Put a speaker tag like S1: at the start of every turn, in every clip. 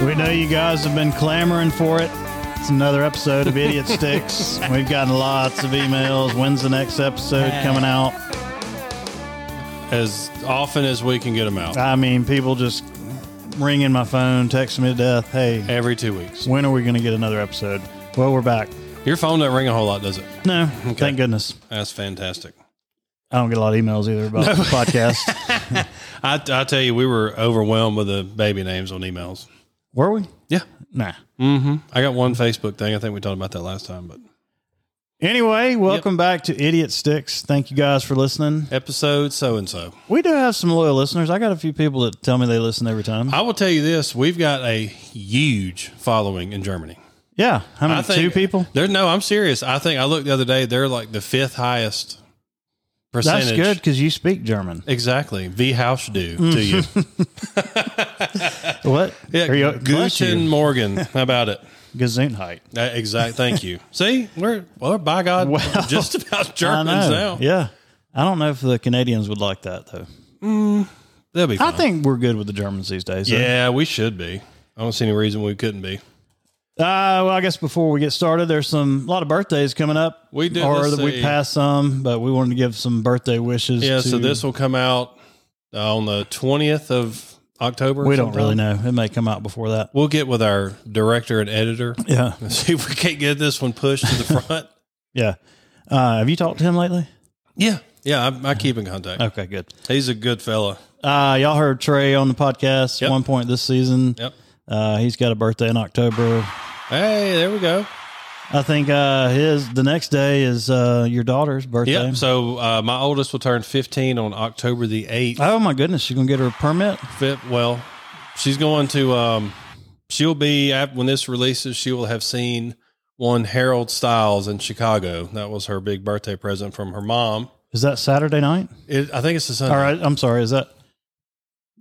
S1: We know you guys have been clamoring for it. It's another episode of Idiot Sticks. We've gotten lots of emails. When's the next episode coming out?
S2: as often as we can get them out
S1: I mean, people just ringing my phone, texting me to death. Hey,
S2: every two weeks.
S1: when are we going to get another episode? Well, we're back.
S2: Your phone doesn't ring a whole lot, does it?
S1: No, thank goodness.
S2: That's fantastic.
S1: I don't get a lot of emails either about the podcast.
S2: I, I tell you, we were overwhelmed with the baby names on emails.
S1: Were we?
S2: Yeah,
S1: Nah.
S2: I got one Facebook thing. I think we talked about that last time, but
S1: Anyway, welcome back to Idiot Sticks. Thank you guys for listening.
S2: episode so and so.
S1: We do have some loyal listeners. I got a few people that tell me they listen every time.
S2: I will tell you this: we've got a huge following in Germany.
S1: yeah, how many?
S2: I think
S1: two people.
S2: There, no, I'm serious. I think I looked the other day; they're like the fifth highest percentage.
S1: That's good Mm. because you speak German.
S2: Exactly. V House do to you.
S1: What?
S2: Yeah,
S1: Are you bless
S2: Guten
S1: you.
S2: Morgan. How about it?
S1: Gesundheit.
S2: Uh, exact. Thank you. See, we're well, by God,
S1: Well,
S2: just about
S1: I
S2: Germans
S1: know.
S2: now.
S1: Yeah, I don't know if the Canadians would like that though.
S2: That'll be.
S1: I
S2: Fine.
S1: think we're good with the Germans these days. though.
S2: yeah, we should be. I don't see any reason we couldn't be.
S1: Uh, well, I guess before we get started, there's some a lot of birthdays coming up.
S2: We did,
S1: or
S2: let's
S1: that we
S2: see.
S1: passed some, but we wanted to give some birthday wishes.
S2: Yeah.
S1: to,
S2: So this will come out uh, on the twentieth of October.
S1: we don't
S2: sometime.
S1: really know. It may come out before that.
S2: We'll get with our director and editor
S1: Yeah,
S2: and see if we can't get this one pushed to the front.
S1: yeah. Uh, have you talked to him lately?
S2: yeah. Yeah. I, I keep in contact.
S1: Okay, good.
S2: He's a good fella.
S1: Uh, y'all heard Trey on the podcast
S2: Yep.
S1: one point this season.
S2: Yep.
S1: Uh, he's got a birthday in October.
S2: Hey, there we go.
S1: I think uh, his the next day is uh, your daughter's birthday.
S2: Yeah. So uh, my oldest will turn 15 on October the 8th.
S1: Oh my goodness, she's gonna get her permit.
S2: Fit well. She's going to. Um, she'll be at, when this releases. She will have seen one Harold Styles in Chicago. That was her big birthday present from her mom.
S1: Is that Saturday night?
S2: It, I think it's the Sunday.
S1: All right, I'm sorry. Is that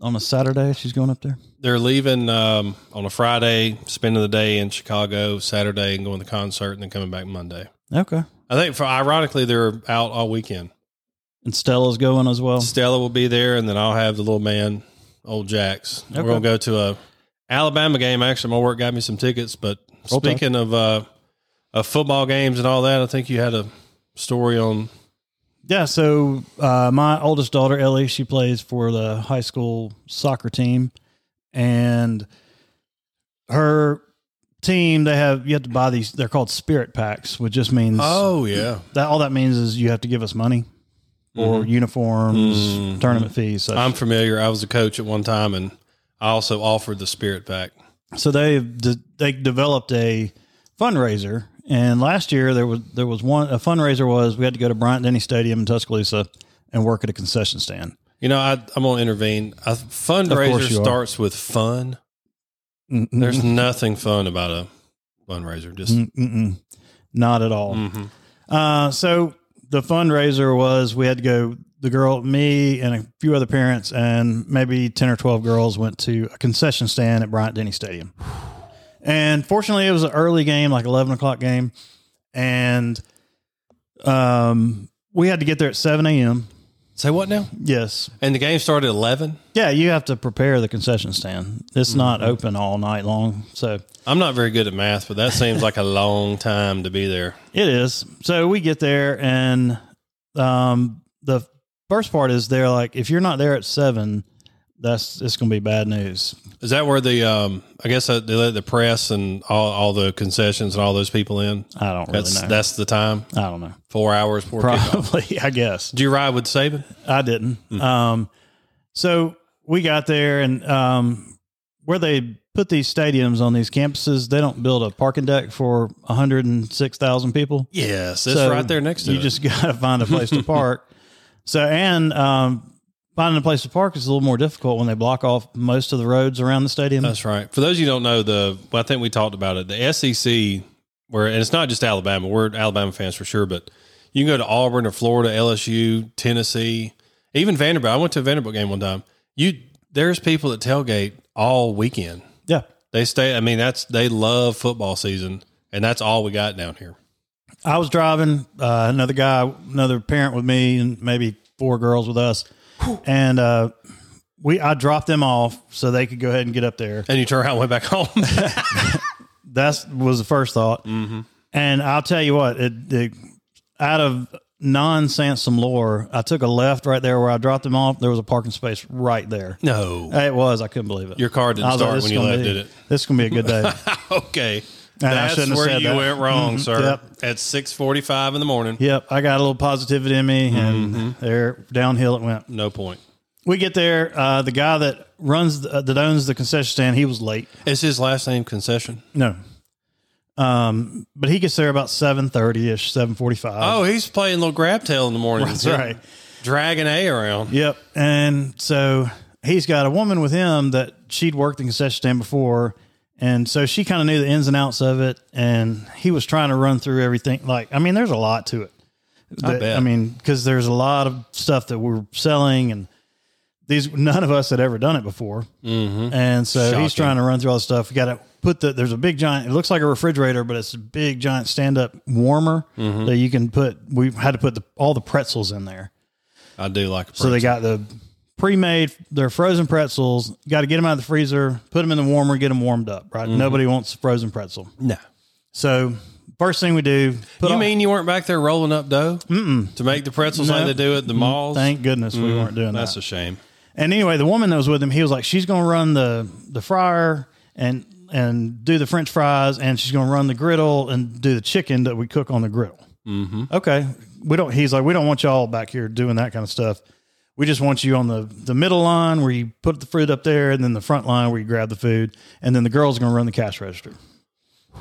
S1: on a Saturday? She's going up there.
S2: They're leaving um, on a Friday, spending the day in Chicago Saturday, and going to the concert, and then coming back Monday.
S1: Okay.
S2: I think for ironically they're out all weekend.
S1: And Stella's going as well.
S2: Stella will be there, and then I'll have the little man, old Jax.
S1: Okay.
S2: We're gonna go to a Alabama game. Actually, my work got me some tickets. But
S1: Roll Tide.
S2: speaking of uh, of football games and all that, I think you had a story on.
S1: Yeah. So uh, my oldest daughter Ellie, she plays for the high school soccer team, and her team they have you have to buy these. They're called spirit packs, which just means
S2: Oh yeah,
S1: that all that means is you have to give us money or uniforms, tournament fees. So,
S2: I'm familiar. I was a coach at one time, and I also offered the Spirit Pack.
S1: so they de- they developed a fundraiser, and last year there was there was one a fundraiser was we had to go to Bryant Denny Stadium in Tuscaloosa and work at a concession stand.
S2: You know, I, I'm gonna intervene. A fundraiser
S1: you are.
S2: starts with fun. There's nothing fun about a fundraiser. Just
S1: Mm-mm. Not at all. Uh, so the fundraiser was we had to go. The girl, me, and a few other parents, and maybe ten or twelve girls went to a concession stand at Bryant Denny Stadium. And fortunately, it was an early game, like eleven o'clock game, and um, we had to get there at seven a.m.
S2: say what now?
S1: Yes,
S2: And the game started at eleven.
S1: yeah, you have to prepare the concession stand. It's not open all night long, so
S2: I'm not very good at math, but that seems like a long time to be there.
S1: It is. So we get there, and um, the first part is they're like, if you're not there at seven, that's it's going to be bad news.
S2: Is that where the um? I guess uh, they let the press and all, all the concessions and all those people in.
S1: I don't really
S2: That's
S1: know.
S2: that's the time.
S1: I don't know.
S2: Four hours. Four.
S1: Probably, I guess.
S2: Do you ride with Saban?
S1: I didn't. Um, so we got there, and um, where they put these stadiums on these campuses, they don't build a parking deck for 106,000 people.
S2: Yes, it's
S1: So
S2: right there next to
S1: you
S2: it.
S1: just got to find a place to park. So, and um, finding a place to park is a little more difficult when they block off most of the roads around the stadium.
S2: That's right. For those of you who don't know, the well, I think we talked about it. The SEC, where and it's not just Alabama. We're Alabama fans for sure, but you can go to Auburn or Florida, LSU, Tennessee, even Vanderbilt. I went to a Vanderbilt game one time. You there's people that tailgate all weekend.
S1: yeah.
S2: They stay. I mean, that's they love football season, and that's all we got down here.
S1: I was driving, uh, another guy, another parent with me, and maybe four girls with us. And uh, we I dropped them off so they could go ahead and get up there.
S2: And you turn around and went back home.
S1: That was the first thought.
S2: Mm-hmm.
S1: And I'll tell you what, it, it out of non Sansom lore, I took a left right there where I dropped them off. There was a parking space right there.
S2: no.
S1: It was. I couldn't believe it.
S2: Your car didn't
S1: I was like,
S2: start
S1: this is
S2: when you
S1: gonna
S2: left,
S1: be-
S2: did it?
S1: This is gonna be a good day.
S2: okay.
S1: And I
S2: That's
S1: shouldn't have
S2: where
S1: said
S2: you
S1: that. Mm-hmm.
S2: went wrong, sir.
S1: Yep.
S2: At 6.45 in the morning.
S1: yep, I got a little positivity in me, and
S2: Mm-hmm.
S1: there downhill it went.
S2: No point.
S1: We get there. Uh, the guy that runs the, that owns the concession stand, he was late.
S2: Is his last name Concession?
S1: No, um, but he gets there about seven thirty ish, seven forty five.
S2: Oh, he's playing little grab tail in the morning.
S1: That's right.
S2: Dragging A around.
S1: Yep. And so he's got a woman with him that she'd worked the concession stand before. And so she kind of knew the ins and outs of it. And he was trying to run through everything. Like, I mean, there's a lot to it. That-
S2: bet.
S1: I mean, because there's a lot of stuff that we're selling, and these none of us had ever done it before. Mm-hmm. And so he's
S2: Shocking.
S1: trying to run through all the stuff. We got to put the there's a big giant. It looks like a refrigerator, but it's a big giant stand up warmer that you can put. We had to put the, all the pretzels in there.
S2: I do like a
S1: So they got the pre-made, they're frozen pretzels. Got to get them out of the freezer, put them in the warmer, get them warmed up. Right?
S2: Mm-hmm.
S1: Nobody wants a frozen pretzel.
S2: No.
S1: So first thing we do, put
S2: You
S1: all-
S2: mean you weren't back there rolling up dough Mm-mm. to make the pretzels like
S1: No.
S2: they do at the malls?
S1: Thank goodness we weren't doing
S2: That's
S1: that.
S2: a shame.
S1: and anyway, the woman that was with him, he was like, she's going to run the the fryer and and do the French fries, and she's going to run the griddle and do the chicken that we cook on the griddle. Mm-hmm. Okay, we don't. He's like, we don't want y'all back here doing that kind of stuff. We just want you on the the middle line where you put the food up there, and then the front line where you grab the food, and then the girls are going to run the cash register,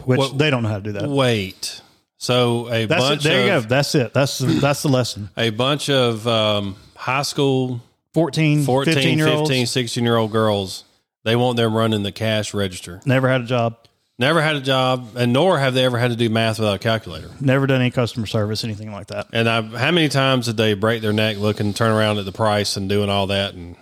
S1: which
S2: What-
S1: they don't know how to do that.
S2: Wait. So a
S1: That's it.
S2: bunch
S1: There you go.
S2: of
S1: That's it. That's the, that's the lesson.
S2: a bunch of um, high school
S1: 14,
S2: 14,
S1: 15 year olds
S2: 15, 16 year old girls, they want them running the cash register.
S1: never had a job,
S2: Never had a job, and nor have they ever had to do math without a calculator.
S1: never done any customer service, anything like that.
S2: And I, how many times did they break their neck looking, turn around at the price and doing all that? And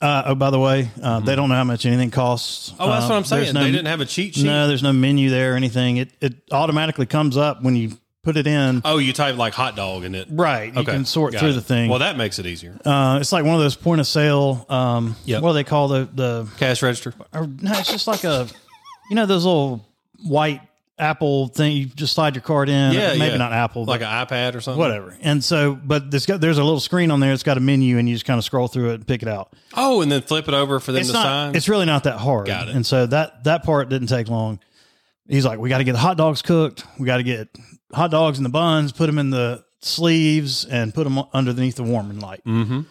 S1: Uh, oh, by the way, uh, they don't know how much anything costs.
S2: Mm-hmm. Oh, that's
S1: Uh,
S2: what I'm
S1: there's
S2: saying.
S1: no-
S2: they didn't have a cheat sheet.
S1: No, there's no menu there or anything. It it automatically comes up when you put it in.
S2: Oh, you type like hot dog in it.
S1: Right, you can sort
S2: got
S1: through
S2: it.
S1: the thing.
S2: Well, that makes it easier.
S1: uh, it's like one of those point of sale. Um,
S2: Yep.
S1: what do they call the the?
S2: Cash register.
S1: Or, no, it's just like a, you know, those little white Apple thing. You just slide your card in.
S2: Yeah,
S1: maybe
S2: yeah.
S1: not Apple,
S2: Like
S1: but
S2: an iPad or something.
S1: whatever. And so, but this got, there's a little screen on there. It's got a menu, and you just kind of scroll through it and pick it out.
S2: Oh, and then flip it over for them
S1: it's
S2: to
S1: not,
S2: sign.
S1: It's really not that hard.
S2: Got it.
S1: And so that that part didn't take long. He's like, we got to get the hot dogs cooked. We got to get hot dogs in the buns, put them in the sleeves, and put them underneath the warming light. Mm-hmm.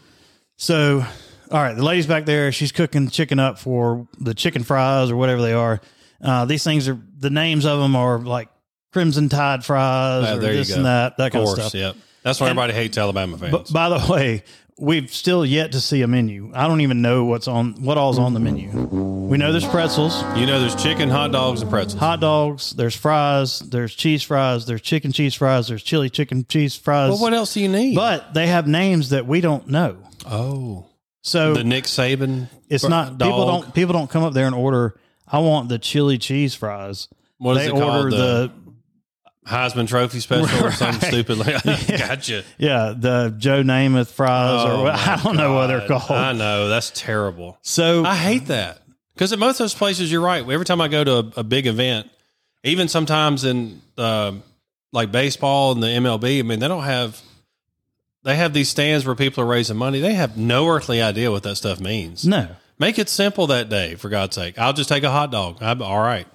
S1: So, all right, the lady's back there. She's cooking chicken up for the chicken fries or whatever they are. Uh, these things are the names of them are like crimson tide fries
S2: Oh,
S1: or
S2: there you
S1: this
S2: go.
S1: and that, that
S2: of
S1: kind of
S2: course,
S1: stuff.
S2: yep. That's why everybody hates Alabama fans.
S1: But by the way, we've still yet to see a menu. I don't even know what's on what all's on the menu. We know there's pretzels,
S2: you know, there's chicken, hot dogs, and pretzels.
S1: hot dogs, there's fries, there's cheese fries, there's chicken cheese fries, there's chili chicken cheese fries.
S2: Well, what else do you need?
S1: but they have names that we don't know.
S2: oh,
S1: So
S2: the Nick Saban.
S1: it's not
S2: dog.
S1: people don't people don't come up there and order I want the chili cheese fries.
S2: What is
S1: they
S2: it called?
S1: order
S2: The,
S1: the
S2: Heisman Trophy special or something
S1: Right.
S2: stupid. Like, gotcha.
S1: yeah, the Joe Namath fries
S2: Oh,
S1: or what- I
S2: my
S1: don't know what they're
S2: God.
S1: called.
S2: I know that's terrible.
S1: so
S2: I hate that because at most of those places, you're right. Every time I go to a, a big event, even sometimes in um like baseball and the MLB, I mean, they don't have they have these stands where people are raising money. They have no earthly idea what that stuff means.
S1: no.
S2: Make it simple that day, for God's sake. I'll just take a hot dog. I'm all right.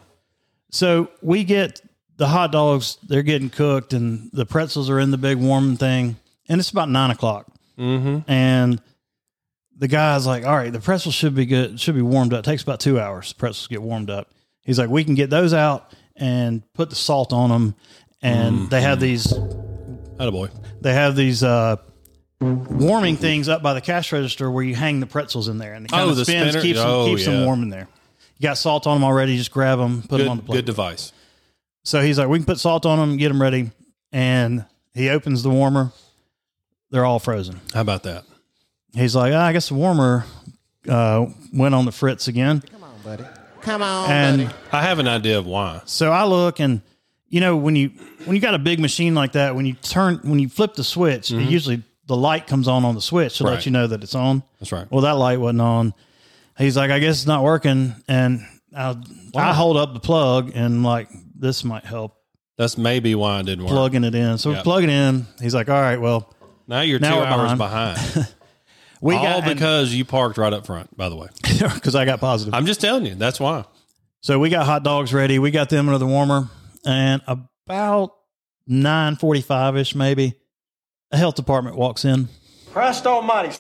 S1: So we get the hot dogs, they're getting cooked, and the pretzels are in the big warming thing. And it's about nine o'clock. Mm-hmm. And the guy's like, All right, the pretzels should be good, should be warmed up. It takes about two hours. Pretzels get warmed up. He's like, We can get those out and put the salt on them. And
S2: Mm-hmm.
S1: they have these
S2: Atta boy.
S1: they have these uh, warming things up by the cash register where you hang the pretzels in there, and it kind
S2: Oh,
S1: of
S2: the
S1: spins,
S2: spinner?
S1: keeps, them,
S2: Oh,
S1: keeps them
S2: yeah.
S1: warm in there. You got salt on them already. Just grab them, put them on the
S2: Good,
S1: plate.
S2: good device.
S1: So he's like, we can put salt on them, get them ready. And he opens the warmer. They're all frozen.
S2: How about that?
S1: He's like, ah, I guess the warmer uh, went on the fritz again.
S3: Come on,
S1: And
S2: I have an idea of why.
S1: so I look and, you know, when you when you got a big machine like that, when you turn when you flip the switch, it usually the light comes on on the switch to
S2: Mm-hmm. Right.
S1: let you know that it's on.
S2: That's right.
S1: Well, that light wasn't on. He's like, I guess it's not working. And I, I hold up the plug and like, this might help
S2: That's maybe why it didn't work.
S1: plugging it in. So
S2: Yeah.
S1: we're plugging in. He's like, all right, well,
S2: Now you're
S1: Now
S2: two
S1: we're
S2: hours behind.
S1: behind. we
S2: All
S1: got
S2: because you parked right up front, by the way.
S1: because I got positive.
S2: I'm just telling you, that's why.
S1: So we got hot dogs ready. We got them into the warmer, and about nine forty-five ish, maybe. A health department walks in
S4: Christ Almighty.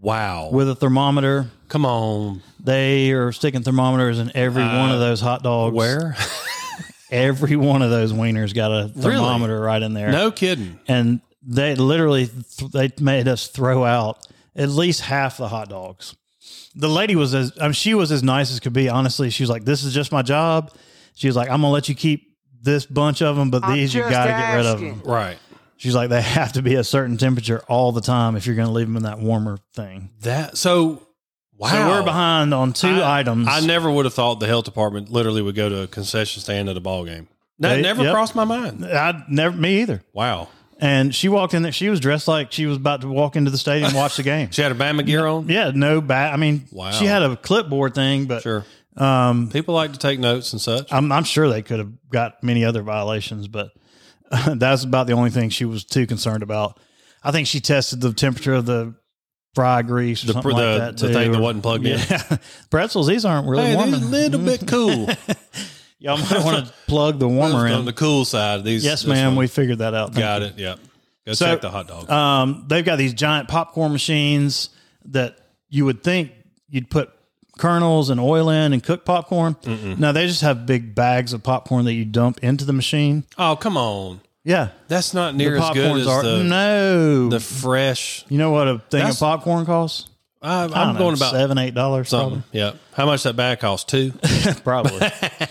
S2: Wow.
S1: with a thermometer.
S2: Come on.
S1: They are sticking thermometers in every
S2: Uh,
S1: one of those hot dogs.
S2: Where?
S1: Every one of those wieners got a thermometer right in there.
S2: no kidding.
S1: And they literally th- they made us throw out at least half the hot dogs. The lady was as um, she was as nice as could be. Honestly, she was like, "This is just my job." She was like, "I'm gonna let you keep this bunch of them, but these you
S4: just
S1: got to get rid of
S4: asking.
S1: them."
S2: Right.
S1: She's like, "They have to be a certain temperature all the time if you're gonna leave them in that warmer thing."
S2: That so wow.
S1: So we're behind on two
S2: I-
S1: items.
S2: I never would have thought the health department literally would go to a concession stand at a ball game. That
S1: They-
S2: never
S1: yep.
S2: crossed my mind.
S1: I never me either.
S2: Wow.
S1: And she walked in there. She was dressed like she was about to walk into the stadium and watch the game.
S2: She had a Bama gear on?
S1: Yeah, no bad. I mean,
S2: Wow.
S1: she had a clipboard thing, but
S2: Sure. Um, People like to take notes and such.
S1: I'm, I'm sure they could have got many other violations, but that's about the only thing she was too concerned about. I think she tested the temperature of the fry grease or
S2: The-
S1: something
S2: the-
S1: like that.
S2: the
S1: too,
S2: thing that
S1: or-
S2: wasn't plugged in.
S1: Yeah. Pretzels, these aren't really
S2: Hey,
S1: warm.
S2: this is a little bit cool.
S1: Y'all might want to plug the warmer
S2: on
S1: in.
S2: the cool side. These
S1: yes,
S2: this
S1: ma'am.
S2: one.
S1: We figured that out. Thank
S2: got
S1: you.
S2: it. Yep. Go
S1: So,
S2: check the hot dog.
S1: Um, they've got these giant popcorn machines that you would think you'd put kernels and oil in and cook popcorn. No, they just have big bags of popcorn that you dump into the machine.
S2: oh, come on.
S1: Yeah.
S2: That's not
S1: The
S2: near as good as
S1: popcorns are
S2: the,
S1: no.
S2: the fresh.
S1: you know what a thing
S2: That's-
S1: of popcorn costs? I
S2: I, I'm
S1: don't know,
S2: going about
S1: seven, eight dollars.
S2: something. Yeah. How much that bag cost? Two?
S1: probably. um.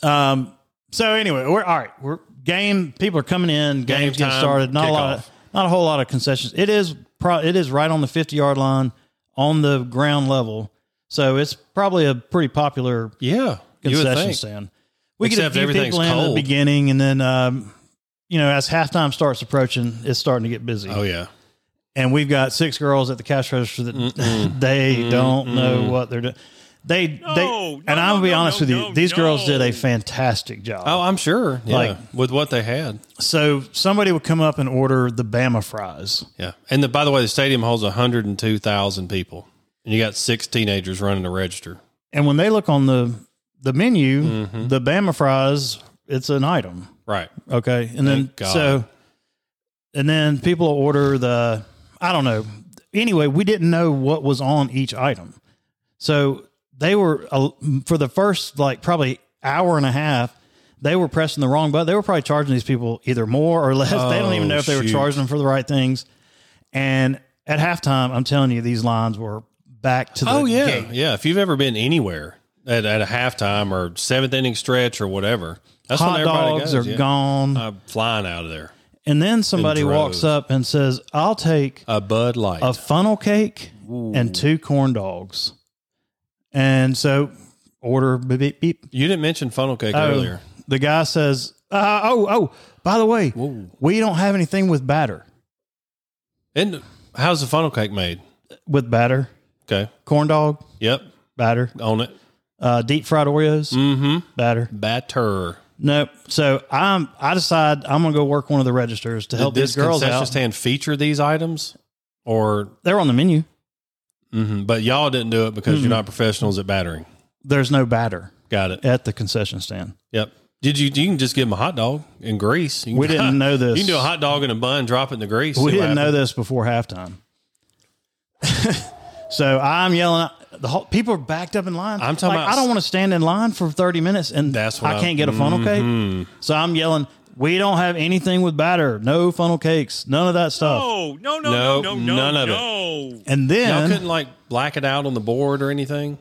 S1: So anyway, we're all right. We're game. People are coming in. Games
S2: time,
S1: getting started. Not a lot.
S2: kickoff.
S1: Of, not a whole lot of concessions. It is. Pro, it is right on the fifty yard line, on the ground level. So it's probably a pretty popular
S2: Yeah. You would
S1: concession
S2: think.
S1: stand. We
S2: Except
S1: get a few
S2: everything's
S1: people in at the
S2: cold.
S1: beginning, and then um, you know, as halftime starts approaching, it's starting to get busy.
S2: Oh, yeah.
S1: and we've got six girls at the cash register that they don't know what they're doing. They they
S5: no,
S1: and I'm gonna
S5: no,
S1: be
S5: no,
S1: honest
S5: no,
S1: with you,
S5: no,
S1: these girls
S5: no.
S1: did a fantastic job.
S2: Oh, I'm sure. Yeah.
S1: Like-
S2: with what they had.
S1: So somebody would come up and order the Bama fries.
S2: Yeah. And the, by the way, the stadium holds 102,000 people. And you got six teenagers running the register.
S1: And when they look on the the menu,
S5: Mm-hmm.
S1: the Bama fries, it's an item.
S2: Right.
S1: Okay. And then
S2: Thank God.
S1: so and then people order the I don't know. Anyway, we didn't know what was on each item. So they were uh, for the first like probably hour and a half they were pressing the wrong button. They were probably charging these people either more or less. they don't even
S2: Oh,
S1: know if they were
S2: shoot.
S1: charging them for the right things. And at halftime, I'm telling you, these lines were back to the
S2: Oh, yeah.
S1: gate.
S2: Yeah. If you've ever been anywhere at, at a halftime or seventh inning stretch or whatever, that's when
S1: Hot
S2: everybody
S1: dogs
S2: goes,
S1: are
S2: yeah.
S1: gone.
S2: I'm flying out of there.
S1: and then somebody walks
S2: droves.
S1: up and says, I'll take
S2: A Bud Light.
S1: a funnel cake and two corn dogs. And so order beep beep. beep.
S2: you didn't mention funnel cake earlier.
S1: Oh, the guy says, uh, "Oh, oh, by the way, we don't have anything with batter.
S2: And how's the funnel cake made?
S1: With batter,
S2: Okay.
S1: corn dog
S2: Yep.
S1: batter,
S2: On it.
S1: uh, deep fried Oreos
S2: Mm-hmm.
S1: batter.
S2: Batter.
S1: Nope. So I'm I decide I'm gonna go work one of the registers to help
S2: Did
S1: these
S2: this
S1: girls
S2: concession
S1: out.
S2: stand feature these items, or
S1: They're on the menu.
S2: mhm, but y'all didn't do it because
S1: Mm-hmm.
S2: you're not professionals at battering.
S1: There's no batter
S2: Got it.
S1: at the concession stand.
S2: Yep. Did you? You can just give them a hot dog in grease. You can-
S1: We didn't know this.
S2: You can do a hot dog in a bun, drop it in the grease.
S1: We
S2: see what
S1: didn't know
S2: happens.
S1: this before halftime. so I'm yelling. The whole, people are backed up in line.
S2: I'm talking
S1: Like,
S2: about-
S1: I don't want to stand in line for 30 minutes and
S2: That's what
S1: I
S2: Mm-hmm. I'm-
S1: can't get a funnel cake. So I'm yelling. We don't have anything with batter. No funnel cakes. None of that stuff.
S5: No, no, no,
S2: No,
S5: no, no, no,
S2: none of it.
S5: no.
S1: And
S2: Y'all
S1: then
S2: couldn't like black it out on the board or anything,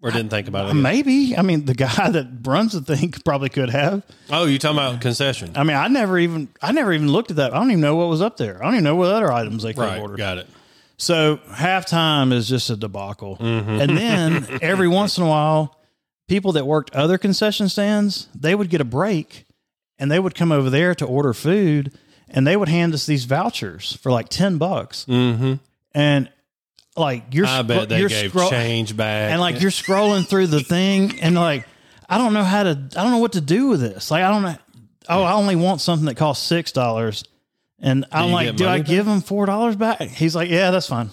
S2: or didn't think about it.
S1: maybe I mean the guy that runs the thing probably could have.
S2: Oh, you talking about concession?
S1: I mean I never even I never even looked at that. I don't even know what was up there. I don't even know what other items they could
S2: Right.
S1: have ordered.
S2: Got it.
S1: So halftime is just a debacle. And
S2: Mm-hmm.
S1: then every once in a while, people that worked other concession stands, they would get a break and they would come over there to order food. and they would hand us these vouchers for like 10 bucks.
S2: Mm-hmm.
S1: And like you're,
S2: I bet
S1: scro-
S2: they
S1: you're
S2: gave
S1: scro-
S2: change back.
S1: and like you're scrolling through the thing and like i don't know how to i don't know what to do with this like i don't know oh i only want something that costs six dollars and i'm
S2: you
S1: like
S2: get
S1: do i
S2: money back?
S1: give him four dollars back he's like yeah that's fine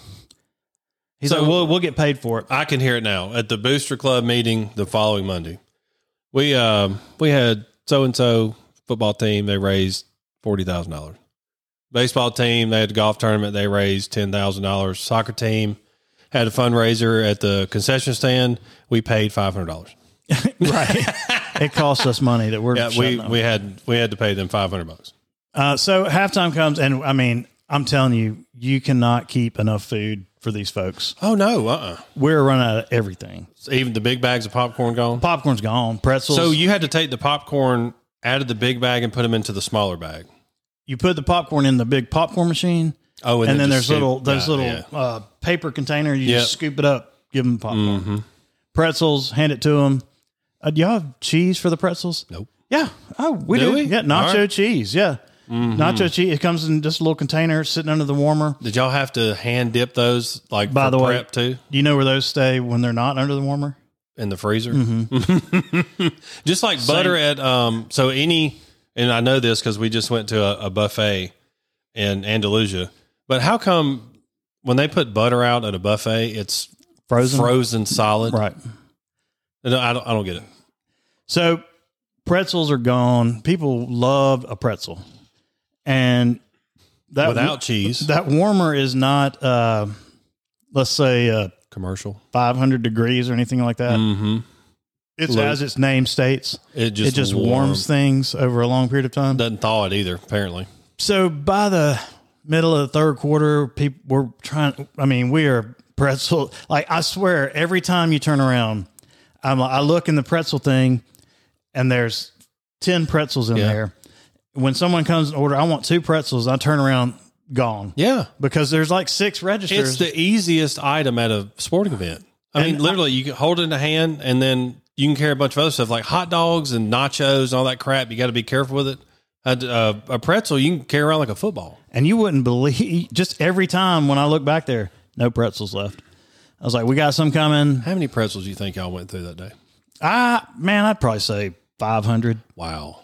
S1: he's
S2: So-
S1: like we'll, we'll get paid for it
S2: I can hear it now at the Booster Club meeting the following Monday. We um we had so and so football team. They raised forty thousand dollars. Baseball team. They had a golf tournament. They raised ten thousand dollars. Soccer team had a fundraiser at the concession stand. We paid five hundred dollars.
S1: right it costs us money that we're
S2: Yeah,
S1: shutting
S2: we
S1: them.
S2: we had we had to pay them five hundred bucks.
S1: Uh, so halftime comes and i mean i'm telling you you cannot keep enough food for these folks
S2: Oh no, uh, uh
S1: we're running out of everything
S2: even the big bags of popcorn gone.
S1: popcorn's gone pretzels
S2: So you had to take the popcorn out of the big bag and put them into the smaller bag.
S1: you put the popcorn in the big popcorn machine
S2: Oh,
S1: and, then
S2: just
S1: there's
S2: scoop-
S1: little those
S2: Yeah,
S1: little
S2: yeah.
S1: uh, paper container. You
S2: Yep. Mm-hmm.
S1: just scoop it up, give them popcorn, pretzels, hand it to them. Uh, do y'all have cheese for the pretzels?
S2: Nope.
S1: Yeah. Oh, we
S2: Do
S1: do.
S2: we?
S1: Yeah,
S2: All
S1: nacho
S2: right. Mm-hmm.
S1: cheese. Yeah, nacho cheese. It comes in just a little container sitting under the warmer.
S2: Did y'all have to hand dip those like
S1: By
S2: for
S1: the way-
S2: prep too
S1: Do you know where those stay when they're not under the warmer?
S2: in the freezer?
S1: Mm-hmm.
S2: just like butter at um so any and I know this cuz we just went to a, a buffet in Andalusia. But how come when they put butter out at a buffet it's
S1: Frozen.
S2: frozen solid?
S1: Right.
S2: No, I don't I don't get it.
S1: So pretzels are gone. People love a pretzel, and that
S2: Without cheese.
S1: that warmer is not, uh, let's say, uh,
S2: commercial.
S1: 500 degrees or anything like that.
S2: Mhm.
S1: It's
S2: Low.
S1: as its name states.
S2: It just
S1: it just
S2: warms
S1: warms things over a long period of time.
S2: doesn't thaw it either apparently.
S1: So by the middle of the third quarter, people we're trying. I mean, we are pretzel. Like I swear, every time you turn around, I'm. I look in the pretzel thing, and there's ten pretzels in
S2: Yeah.
S1: there. When someone comes and order, I want two pretzels. I turn around, gone.
S2: Yeah.
S1: Because there's like six registers.
S2: It's the easiest item at a sporting event. I mean, literally, you can hold it in a hand, and then you can carry a bunch of other stuff like hot dogs and nachos and all that crap. You got to be careful with it. A, uh, a, a pretzel you can carry around like a football.
S1: And you wouldn't believe just every time when I look back there, no pretzels left. I was like, we got some coming.
S2: How many pretzels do you think y'all went through that day?
S1: I man, I'd probably say 500
S2: Wow,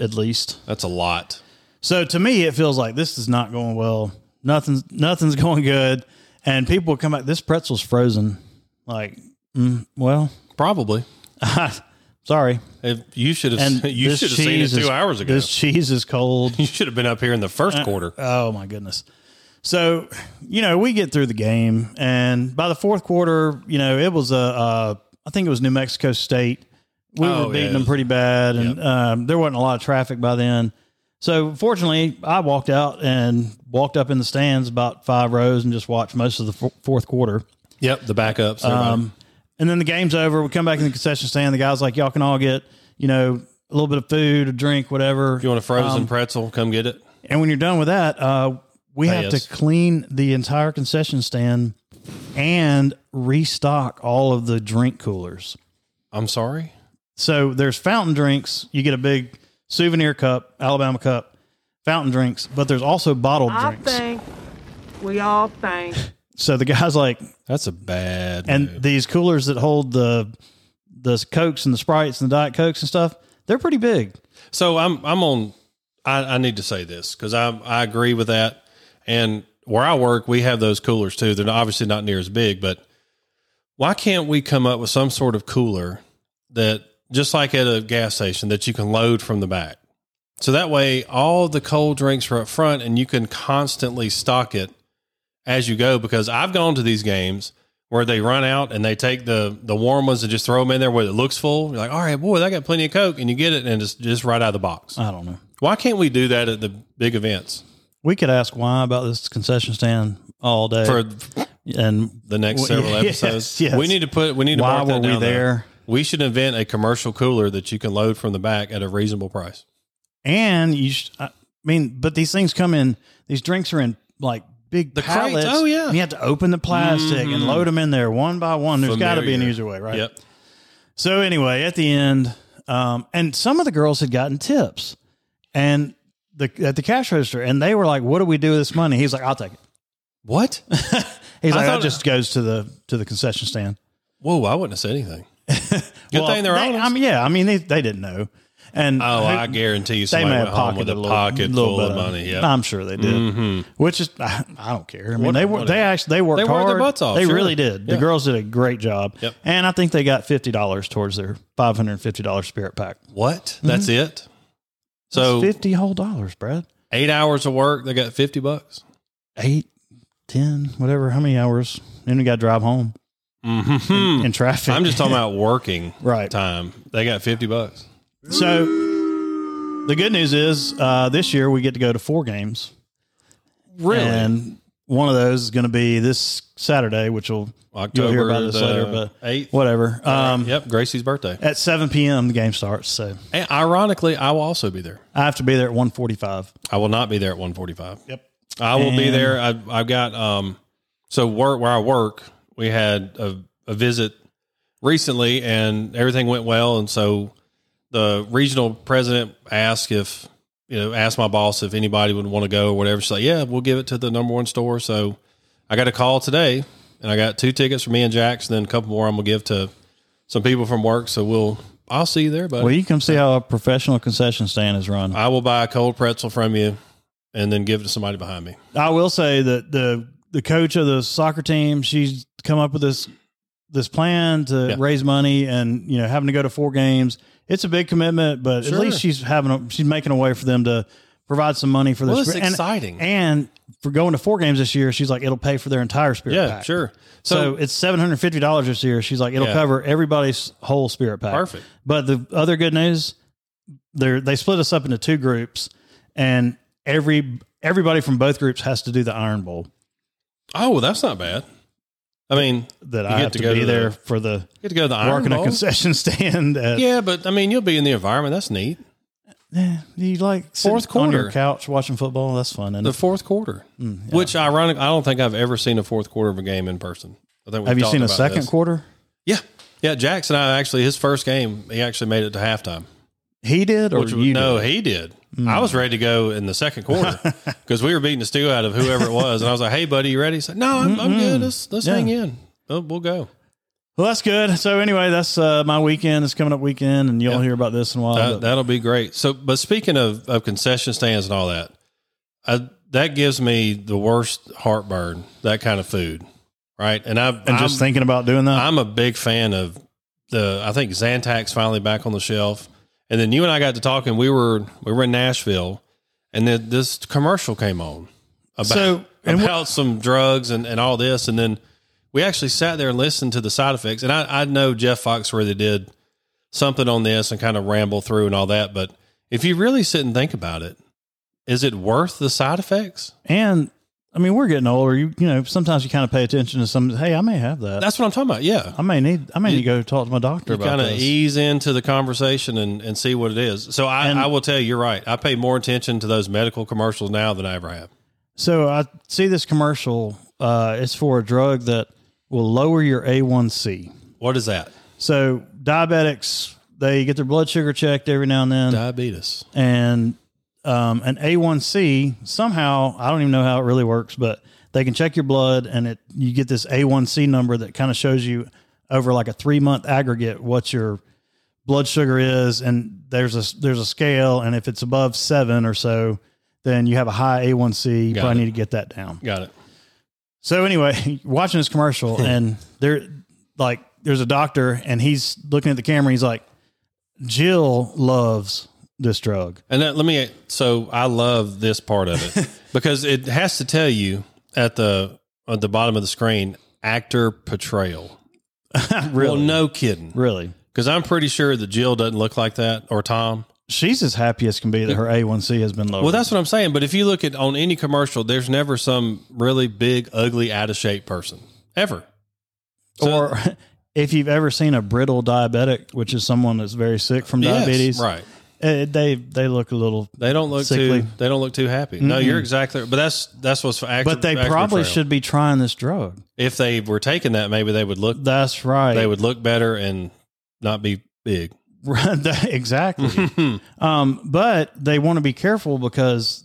S1: at least.
S2: that's a lot.
S1: So to me, it feels like this is not going well. Nothing's nothing's going good, and people come back. This pretzel's frozen. Like, mm, well,
S2: Probably.
S1: sorry.
S2: If you should have,
S1: And
S2: you
S1: this
S2: should have seen it
S1: cheese
S2: two
S1: is-
S2: hours ago.
S1: This cheese is cold.
S2: you should have been up here in the first quarter.
S1: Oh my goodness. So, you know, we get through the game, and by the fourth quarter, you know, it was a, uh, I think it was New Mexico State. We
S2: Oh,
S1: were
S2: yeah.
S1: beating them pretty bad, and um, there wasn't a lot of traffic by then. So, fortunately, I walked out and walked up in the stands about five rows and just watched most of the f- fourth quarter.
S2: Yep, the backups. Um,
S1: And then the game's over. We come back in the concession stand. The guy's like, "Y'all can all get, you know, a little bit of food, a drink, whatever."
S2: you want a frozen pretzel? Come get it.
S1: And when you're done with that, uh, we have
S2: us.
S1: to clean the entire concession stand and restock all of the drink coolers.
S2: I'm sorry.
S1: So there's fountain drinks. You get a big souvenir cup, Alabama cup, fountain drinks, but there's also bottled
S4: I
S1: drinks.
S4: think we all think
S1: so the guy's like,
S2: That's a bad.
S1: and
S2: move.
S1: these coolers that hold the the cokes and the sprites and the diet cokes and stuff, they're pretty big.
S2: So I'm I'm on. I, I need to say this because I I agree with that. And where I work, we have those coolers too. They're obviously not near as big, but why can't we come up with some sort of cooler that just like at a gas station that you can load from the back? So that way, all the cold drinks are up front, and you can constantly stock it as you go. Because I've gone to these games where they run out and they take the the warm ones and just throw them in there where it looks full. You're like, all right, boy, I got plenty of Coke, and you get it, and it's just right out of the box.
S1: I don't know.
S2: Why can't we do that at the big events
S1: We could ask why about this concession stand all day
S2: for
S1: and
S2: the next
S1: Well,
S2: several
S1: yes,
S2: episodes?
S1: yes.
S2: We need to put we need to
S1: why
S2: mark that
S1: were we
S2: down, though.
S1: there?
S2: We should invent a commercial cooler that you can load from the back at a reasonable price.
S1: and you sh- uh, I mean but these things come in these drinks are in like big
S2: The crates,
S1: pallets
S2: oh, yeah. Mm.
S1: and you have to open the plastic and load them in there one by one there's got to be an
S2: Familiar.
S1: easier way right
S2: Yep.
S1: so anyway at the end um, and some of the girls had gotten tips and the at the cash register, and they were like, "What do we do with this money?" He's like, "I'll take it."
S2: What?
S1: He's
S2: I
S1: like,
S2: thought-
S1: "That just goes to the to the concession stand."
S2: Whoa, I wouldn't have said anything. Good
S1: Well,
S2: thing they're
S1: they-
S2: on.
S1: I mean, yeah, I mean, they, they didn't know, and
S2: oh,
S1: who-
S2: I guarantee you
S1: they may
S2: somebody
S1: have
S2: went home
S1: pocketed
S2: with a
S1: a little,
S2: pocket
S1: little
S2: full
S1: bit
S2: of money. Yeah. Mm-hmm.
S1: I'm sure they did. Which is, I, I don't care. I mean,
S2: What-
S1: they were,
S2: whatever.
S1: they actually they worked
S2: They worked
S1: hard.
S2: their butts off,
S1: They
S2: sure.
S1: really did. The
S2: Yeah.
S1: girls did a great job.
S2: Yep.
S1: And I think they got fifty dollars towards their five hundred and fifty dollars spirit pack.
S2: What? That's it? So
S1: That's Mm-hmm. fifty whole dollars, Brad.
S2: eight hours of work, they got 50 bucks.
S1: Eight, ten, whatever, how many hours? Then we got to drive home
S2: Mm-hmm.
S1: in traffic.
S2: I'm just talking about working
S1: Right.
S2: time. They got 50 bucks.
S1: So the good news is uh, this year we get to go to four games.
S2: Really?
S1: And one of those is going to be this Saturday, which will
S2: October
S1: you'll hear about this
S2: the
S1: later, but
S2: 8th.
S1: whatever. Um,
S2: yep, Gracie's birthday.
S1: At 7 p.m. the game starts, so
S2: And ironically, I will also be there.
S1: I have to be there at 1:45.
S2: I will not be there at 145.
S1: Yep.
S2: I will be
S1: And-
S2: there. I, I've got um, so work where I work. We had a, a visit recently, and everything went well. And so the regional president asked if you know asked my boss if anybody would want to go or whatever. She's like, "Yeah, we'll give it to the number one store." So I got a call today, and I got two tickets for me and Jax, and then a couple more I'm gonna give to some people from work. So we'll I'll see you there, buddy.
S1: Well, you come see how a professional concession stand is run.
S2: I will buy a cold pretzel from you, and then give it to somebody behind me.
S1: I will say that the the coach of the soccer team, she's come up with this this plan to
S2: Yeah.
S1: raise money, and you know, having to go to four games, it's a big commitment. But
S2: Sure.
S1: at least she's having a, she's making a way for them to provide some money for
S2: Well,
S1: this.
S2: it's exciting.
S1: and for going to four games this year, she's like, it'll pay for their entire spirit.
S2: Yeah,
S1: pack.
S2: sure.
S1: So, it's seven hundred fifty dollars this year. She's like, it'll
S2: Yeah.
S1: cover everybody's whole spirit pack.
S2: Perfect.
S1: But the other good news, they they split us up into two groups, and every everybody from both groups has to do the Iron Bowl.
S2: Oh, well, that's not bad. I mean,
S1: That
S2: You
S1: I
S2: get
S1: have
S2: to
S1: to,
S2: go
S1: be
S2: to the-
S1: there for the
S2: you get to go to the Iron
S1: working a
S2: Bowl.
S1: concession stand. At,
S2: Yeah, but I mean, you'll be in the environment. That's neat.
S1: Eh, you like
S2: Fourth
S1: sitting on your
S2: quarter.
S1: couch watching football. That's fun. And
S2: The fourth quarter,
S1: Mm,
S2: which ironic, I don't think I've ever seen a fourth quarter of a game in person. I think we've
S1: have you
S2: talked
S1: seen a
S2: about
S1: second
S2: this.
S1: quarter?
S2: Yeah, yeah. Jackson, I actually his first game, he actually made it to halftime.
S1: He did, or
S2: Which
S1: you?
S2: no,
S1: did?
S2: he did. I was ready to go in the second quarter because we were beating the stew out of whoever it was, and I was like, "Hey, buddy, you ready?" He said, "No, I'm, I'm good. Let's let's
S1: Yeah.
S2: hang in. We'll, we'll go."
S1: Well, that's good. So anyway, that's uh, my weekend. It's coming up weekend, and you'll
S2: Yeah. Uh,
S1: hear about this in a while.
S2: That,
S1: but-
S2: that'll be great. So, but speaking of, of concession stands and all that, I, that gives me the worst heartburn. That kind of food, right? And I've
S1: and
S2: I'm,
S1: just thinking about doing that.
S2: I'm a big fan of the. I think Zantac finally back on the shelf, and then you and I got to talking. We were we were in Nashville, and then this commercial came on about
S1: So- and
S2: about some drugs and and all this, and then we actually sat there and listened to the side effects. And I I know Jeff Foxworthy did something on this and kind of ramble through and all that, but if you really sit and think about it, is it worth the side effects?
S1: And I mean, we're getting older. You you know, sometimes you kind of pay attention to some. Hey, I may have that.
S2: That's what I'm talking about. Yeah.
S1: I may need. I may need to go talk to my doctor
S2: you
S1: about
S2: kind of
S1: this.
S2: ease into the conversation and, and see what it is. So I,
S1: And-
S2: I will tell you, you're right. I pay more attention to those medical commercials now than I ever have.
S1: so I see this commercial. Uh, it's for a drug that will lower your A1C.
S2: What is that?
S1: So diabetics they get their blood sugar checked every now and then,
S2: Diabetes.
S1: and um, an A1C somehow I don't even know how it really works, but they can check your blood and it you get this A1C number that kind of shows you over like a three month aggregate what your blood sugar is, and there's a there's a scale, and if it's above seven or so, then you have a high A1C. You
S2: Got
S1: probably
S2: it.
S1: need to get that down.
S2: Got it.
S1: So anyway, watching this commercial and there like there's a doctor and he's looking at the camera, he's like, Jill loves this drug.
S2: And that, let me. So I love this part of it because it has to tell you at the at the bottom of the screen actor portrayal. Well, no kidding.
S1: Really.
S2: Because I'm pretty sure that Jill doesn't look like that or Tom.
S1: She's as happy as can be that her A1C has been lowered.
S2: Well, that's what I'm saying. But if you look at on any commercial, there's never some really big, ugly, out of shape person ever. so-
S1: or if you've ever seen a brittle diabetic, which is someone that's very sick from
S2: Yes,
S1: diabetes,
S2: right?
S1: eh, they they look a little
S2: They don't look
S1: Sickly.
S2: too. They don't look too happy. No, you're exactly. But that's that's what's for actor,
S1: but they
S2: actor
S1: probably
S2: portrayal.
S1: should be trying this drug.
S2: If they were taking that, maybe they would look.
S1: That's right.
S2: They would look better and not be big.
S1: Right, that-
S2: Mm-hmm.
S1: exactly. um, but they want to be careful because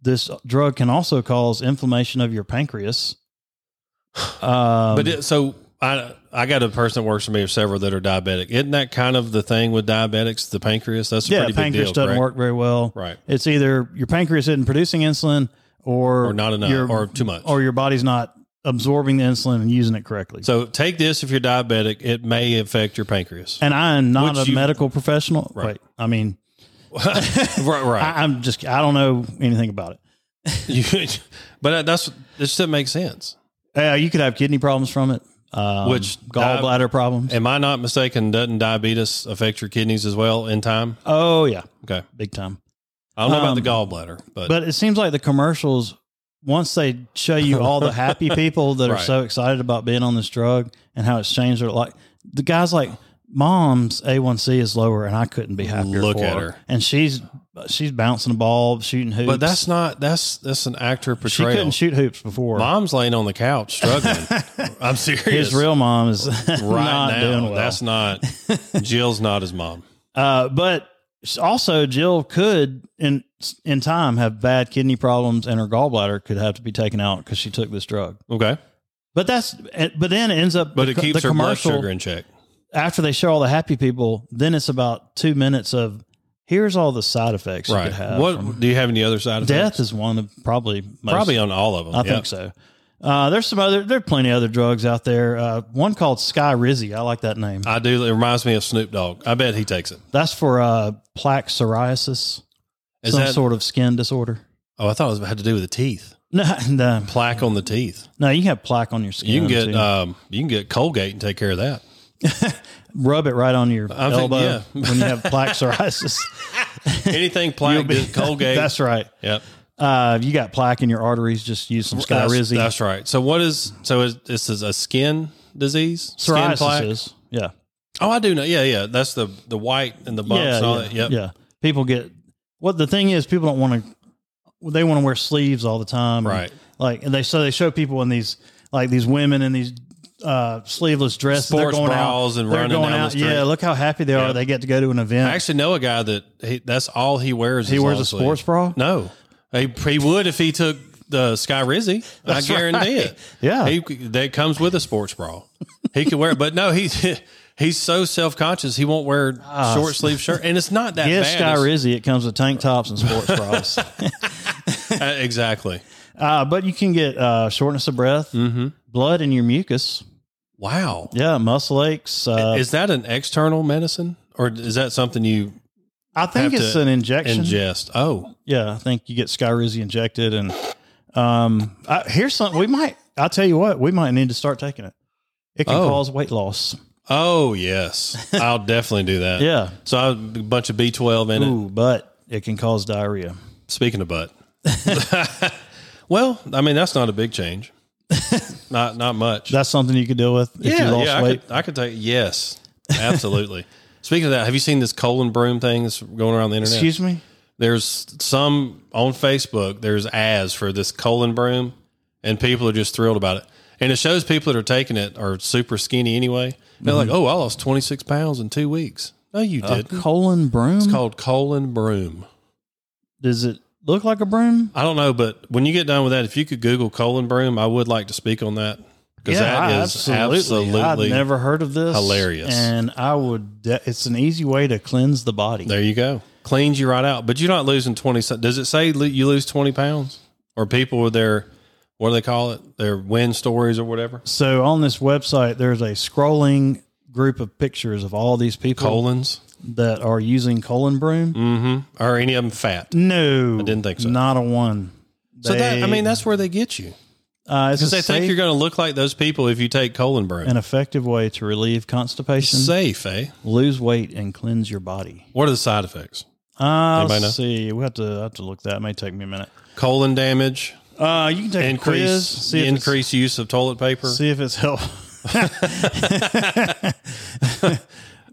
S1: this drug can also cause inflammation of your pancreas. Um,
S2: But it, so I I got a person that works for me or several that are diabetic. Isn't that kind of the thing with diabetics? The pancreas. That's a
S1: yeah,
S2: pretty
S1: pancreas
S2: big deal,
S1: doesn't
S2: correct?
S1: work very well.
S2: Right.
S1: It's either your pancreas isn't producing insulin, or
S2: Or not enough,
S1: your-
S2: or too much.
S1: or your body's not absorbing the insulin and using it correctly.
S2: so take this if you're diabetic. It may affect your pancreas.
S1: and I am not
S2: Which
S1: a
S2: you-
S1: medical professional.
S2: Right.
S1: Wait, I mean,
S2: right. Right.
S1: I, I'm just I don't know anything about it.
S2: You- but that's this doesn't make sense.
S1: Uh, you could have kidney problems from it, um,
S2: Which uh,
S1: gallbladder problems.
S2: Am I not mistaken? Doesn't diabetes affect your kidneys as well in time?
S1: Oh yeah,
S2: Okay,
S1: big time.
S2: I don't know about
S1: Um,
S2: the gallbladder, but,
S1: But it seems like the commercials, once they show you all the happy people that are
S2: Right.
S1: so excited about being on this drug and how it's changed their life, the guy's like, "Mom's A1C is lower, and I couldn't be happier."
S2: Look
S1: for
S2: at her.
S1: and she's she's bouncing a ball, shooting hoops.
S2: but that's not that's that's an actor
S1: she
S2: portrayal.
S1: couldn't shoot hoops before.
S2: Mom's laying on the couch struggling. I'm serious.
S1: His real mom is
S2: right
S1: not
S2: now.
S1: doing well.
S2: That's not Jill's not his mom.
S1: Uh, but also, Jill could in in time have bad kidney problems, and her gallbladder could have to be taken out because she took this drug.
S2: Okay,
S1: But that's eh, but then it ends up
S2: but it
S1: the-
S2: keeps
S1: the
S2: her blood
S1: commercial
S2: sugar in check.
S1: after they show all the happy people. Then it's about two minutes of here's all the side effects you
S2: Right.
S1: could have.
S2: What
S1: from-
S2: do you have any other side effects?
S1: death is one of probably most,
S2: Probably on all of them.
S1: I think so. Uh, there's some other there are plenty of other drugs out there. Uh, one called Sky Rizzy. I like that name.
S2: I do. It reminds me of Snoop Dogg. I bet he takes it.
S1: That's for uh, plaque psoriasis,
S2: Is
S1: some
S2: that
S1: sort of skin disorder.
S2: Oh, I thought it was, had to do with the teeth.
S1: No, no,
S2: Plaque on the teeth.
S1: no. You can have plaque on your skin.
S2: You can get
S1: too.
S2: um, you can get Colgate and take care of that.
S1: rub it right on your
S2: I think-
S1: elbow
S2: yeah.
S1: when you have plaque psoriasis.
S2: Anything plaque,
S1: You'll be-
S2: Colgate.
S1: That's right.
S2: yep.
S1: Uh, if you got plaque in your arteries, just use some Sky
S2: that's,
S1: Rizzy.
S2: that's right. So what is so is, this is a skin disease? Skin
S1: psoriasis. is. Yeah.
S2: Oh, I do know. Yeah, yeah. That's the the white and the bumps
S1: yeah.
S2: and all
S1: yeah,
S2: that. Yep.
S1: yeah. People get what the thing is. People don't want to. They want to wear sleeves all the time.
S2: Right.
S1: Like and they so they show people in these like these women in these. Uh, sleeveless dresses,
S2: Sports
S1: they're going
S2: bras
S1: out,
S2: and
S1: they're
S2: running
S1: going
S2: down the
S1: out.
S2: street.
S1: yeah, look how happy they are.
S2: Yeah.
S1: They get to go to an event.
S2: I actually know a guy that he, that's all he wears.
S1: he
S2: is
S1: wears
S2: long
S1: a
S2: sleeve.
S1: sports bra.
S2: No, he, he would if he took the Sky Rizzy. I
S1: That's
S2: guarantee
S1: right.
S2: it.
S1: Yeah.
S2: he that comes with a sports bra. He could wear it, but no, he's he's so self conscious he won't wear short sleeve shirt, and it's not that
S1: Ah. Yes,
S2: bad.
S1: Sky
S2: It's-
S1: Rizzy. It comes with tank tops and sports bras.
S2: Uh, exactly.
S1: Uh, but you can get uh, shortness of breath,
S2: Mm-hmm.
S1: blood in your mucus.
S2: Wow.
S1: Yeah, muscle aches. Uh,
S2: is that an external medicine, or is that something you
S1: I think
S2: have
S1: it's
S2: to
S1: an injection.
S2: ingest? Oh,
S1: yeah, I think you get Sky Rizzy injected. And um, I, here's something we might, I'll tell you what, we might need to start taking it. It can
S2: Oh.
S1: cause weight loss.
S2: oh yes, I'll definitely do that.
S1: Yeah.
S2: So I have a bunch of B twelve in it.
S1: Ooh, but it can cause diarrhea.
S2: Speaking of butt, well, I mean that's not a big change. not not much.
S1: That's something you could deal with if you lost
S2: I
S1: weight.
S2: could, I could take yes, absolutely. Speaking of that, have you seen this colon broom thing that's going around the internet?
S1: Excuse me?
S2: There's some on Facebook. There's ads for this colon broom, and people are just thrilled about it. And it shows people that are taking it are super skinny anyway. And They're like, "Oh, I lost 26 pounds in two weeks." No, you
S1: A
S2: didn't.
S1: colon broom?
S2: It's Uh, called colon broom.
S1: Does it look like a broom?
S2: I don't know, but when you get done with that, if you could Google colon broom, I would like to speak on that because that
S1: I-
S2: is absolutely,
S1: I've never heard of this.
S2: hilarious.
S1: and I would. De- it's an easy way to cleanse the body.
S2: There you go. Cleans you right out. But you're not losing 20. so- Does it say lo- you lose 20 pounds? Or people with their, what do they call it? Their win stories or whatever?
S1: So on this website, there's a scrolling group of pictures of all these people
S2: Colons?
S1: that are using colon broom.
S2: Are any of them fat?
S1: No, I
S2: Mm. didn't think so.
S1: Not a one.
S2: So that, I
S1: They-
S2: mean, that's where they get you.
S1: uh, it's a
S2: Because they think
S1: safe
S2: you're going to look like those people if you take colon broom.
S1: an effective way to relieve constipation,
S2: Safe, eh?
S1: lose weight, and cleanse your body.
S2: What are the side effects?
S1: Uh,
S2: Anybody know?
S1: let's see. We have to I have to look that. It may take me a minute.
S2: Colon damage,
S1: Uh, you can take a quiz,
S2: increase,
S1: see if it's-
S2: increased use of toilet paper,
S1: see if it's helpful.
S2: uh,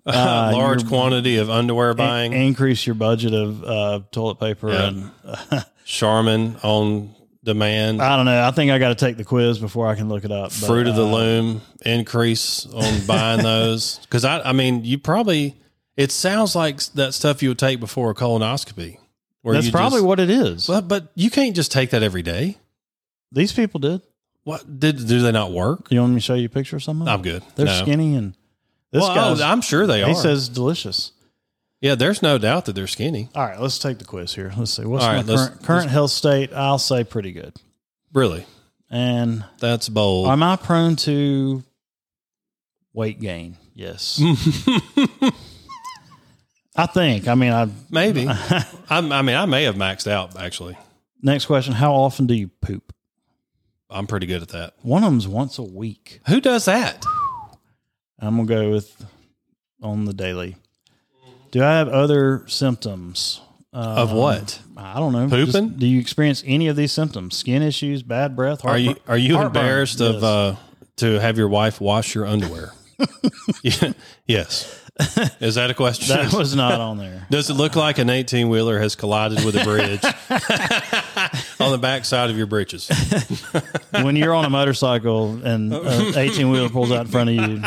S2: large quantity of underwear buying,
S1: increase your budget of uh, toilet paper
S2: Yeah.
S1: and
S2: Charmin on demand.
S1: I don't know. I think I got to take the quiz before I can look it up. but,
S2: Fruit of the
S1: uh,
S2: Loom increase on buying those because I I mean you probably It sounds like that stuff you would take before a colonoscopy. Where
S1: That's
S2: you
S1: probably
S2: just,
S1: what it is.
S2: But, but you can't just take that every day.
S1: These people did.
S2: What did do they not work?
S1: You want me to show you a picture of some of them?
S2: I'm good.
S1: They're
S2: No.
S1: skinny and this
S2: well,
S1: guy's
S2: oh, I'm sure they are.
S1: he says delicious.
S2: yeah, there's no doubt that they're skinny.
S1: All right, let's take the quiz here. Let's see what's
S2: All
S1: my
S2: right, let's-
S1: current, current health state. I'll say pretty good.
S2: Really,
S1: And
S2: that's bold.
S1: am I prone to weight gain? Yes. I think. I mean, I
S2: Maybe. I'm, I mean, I may have maxed out. Actually,
S1: next question, how often do you poop?
S2: I'm pretty good at that.
S1: One of them's once a week.
S2: Who does that?
S1: I'm going to go with on the daily. Do I have other symptoms? Uh, Um,
S2: of what?
S1: I don't know.
S2: Pooping?
S1: do you experience any of these symptoms? Skin issues, bad breath?
S2: Are
S1: heartburn-
S2: you are you
S1: heartburn?
S2: embarrassed
S1: Yes.
S2: of uh, to have your wife wash your underwear? Yeah. yes. Is that a question?
S1: that was not on there.
S2: Does it look like an 18 wheeler has collided with a bridge on the backside of your britches?
S1: when you're on a motorcycle and an 18 wheeler pulls out in front of you.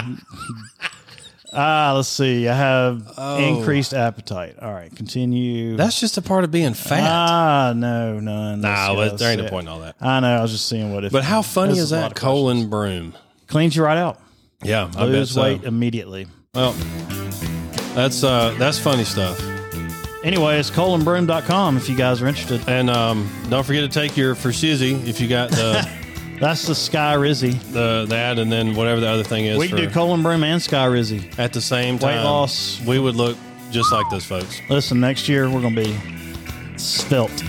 S1: Ah, let's see. I have increased appetite. All right, continue.
S2: Oh. That's just a part of being fat.
S1: ah, no, none.
S2: nah,
S1: That's-
S2: but
S1: yeah,
S2: there ain't a
S1: that's
S2: point
S1: it.
S2: in all that.
S1: I know. I was just seeing what if.
S2: But how funny
S1: This
S2: is
S1: a lot
S2: that
S1: of questions.
S2: colon broom?
S1: Cleans you right out.
S2: Yeah, I bet
S1: Lose
S2: so.
S1: weight immediately.
S2: Well, that's uh, that's funny stuff.
S1: Anyway, it's colonbroom.com if you guys are interested.
S2: And um, don't forget to take your for shizzy if you got the,
S1: That's the Sky Rizzy.
S2: the that and then whatever the other thing is
S1: We
S2: for,
S1: can do colon broom and Sky Rizzy.
S2: at the same
S1: weight
S2: time.
S1: loss.
S2: We would look just like those folks.
S1: Listen, next year we're going to be svelte.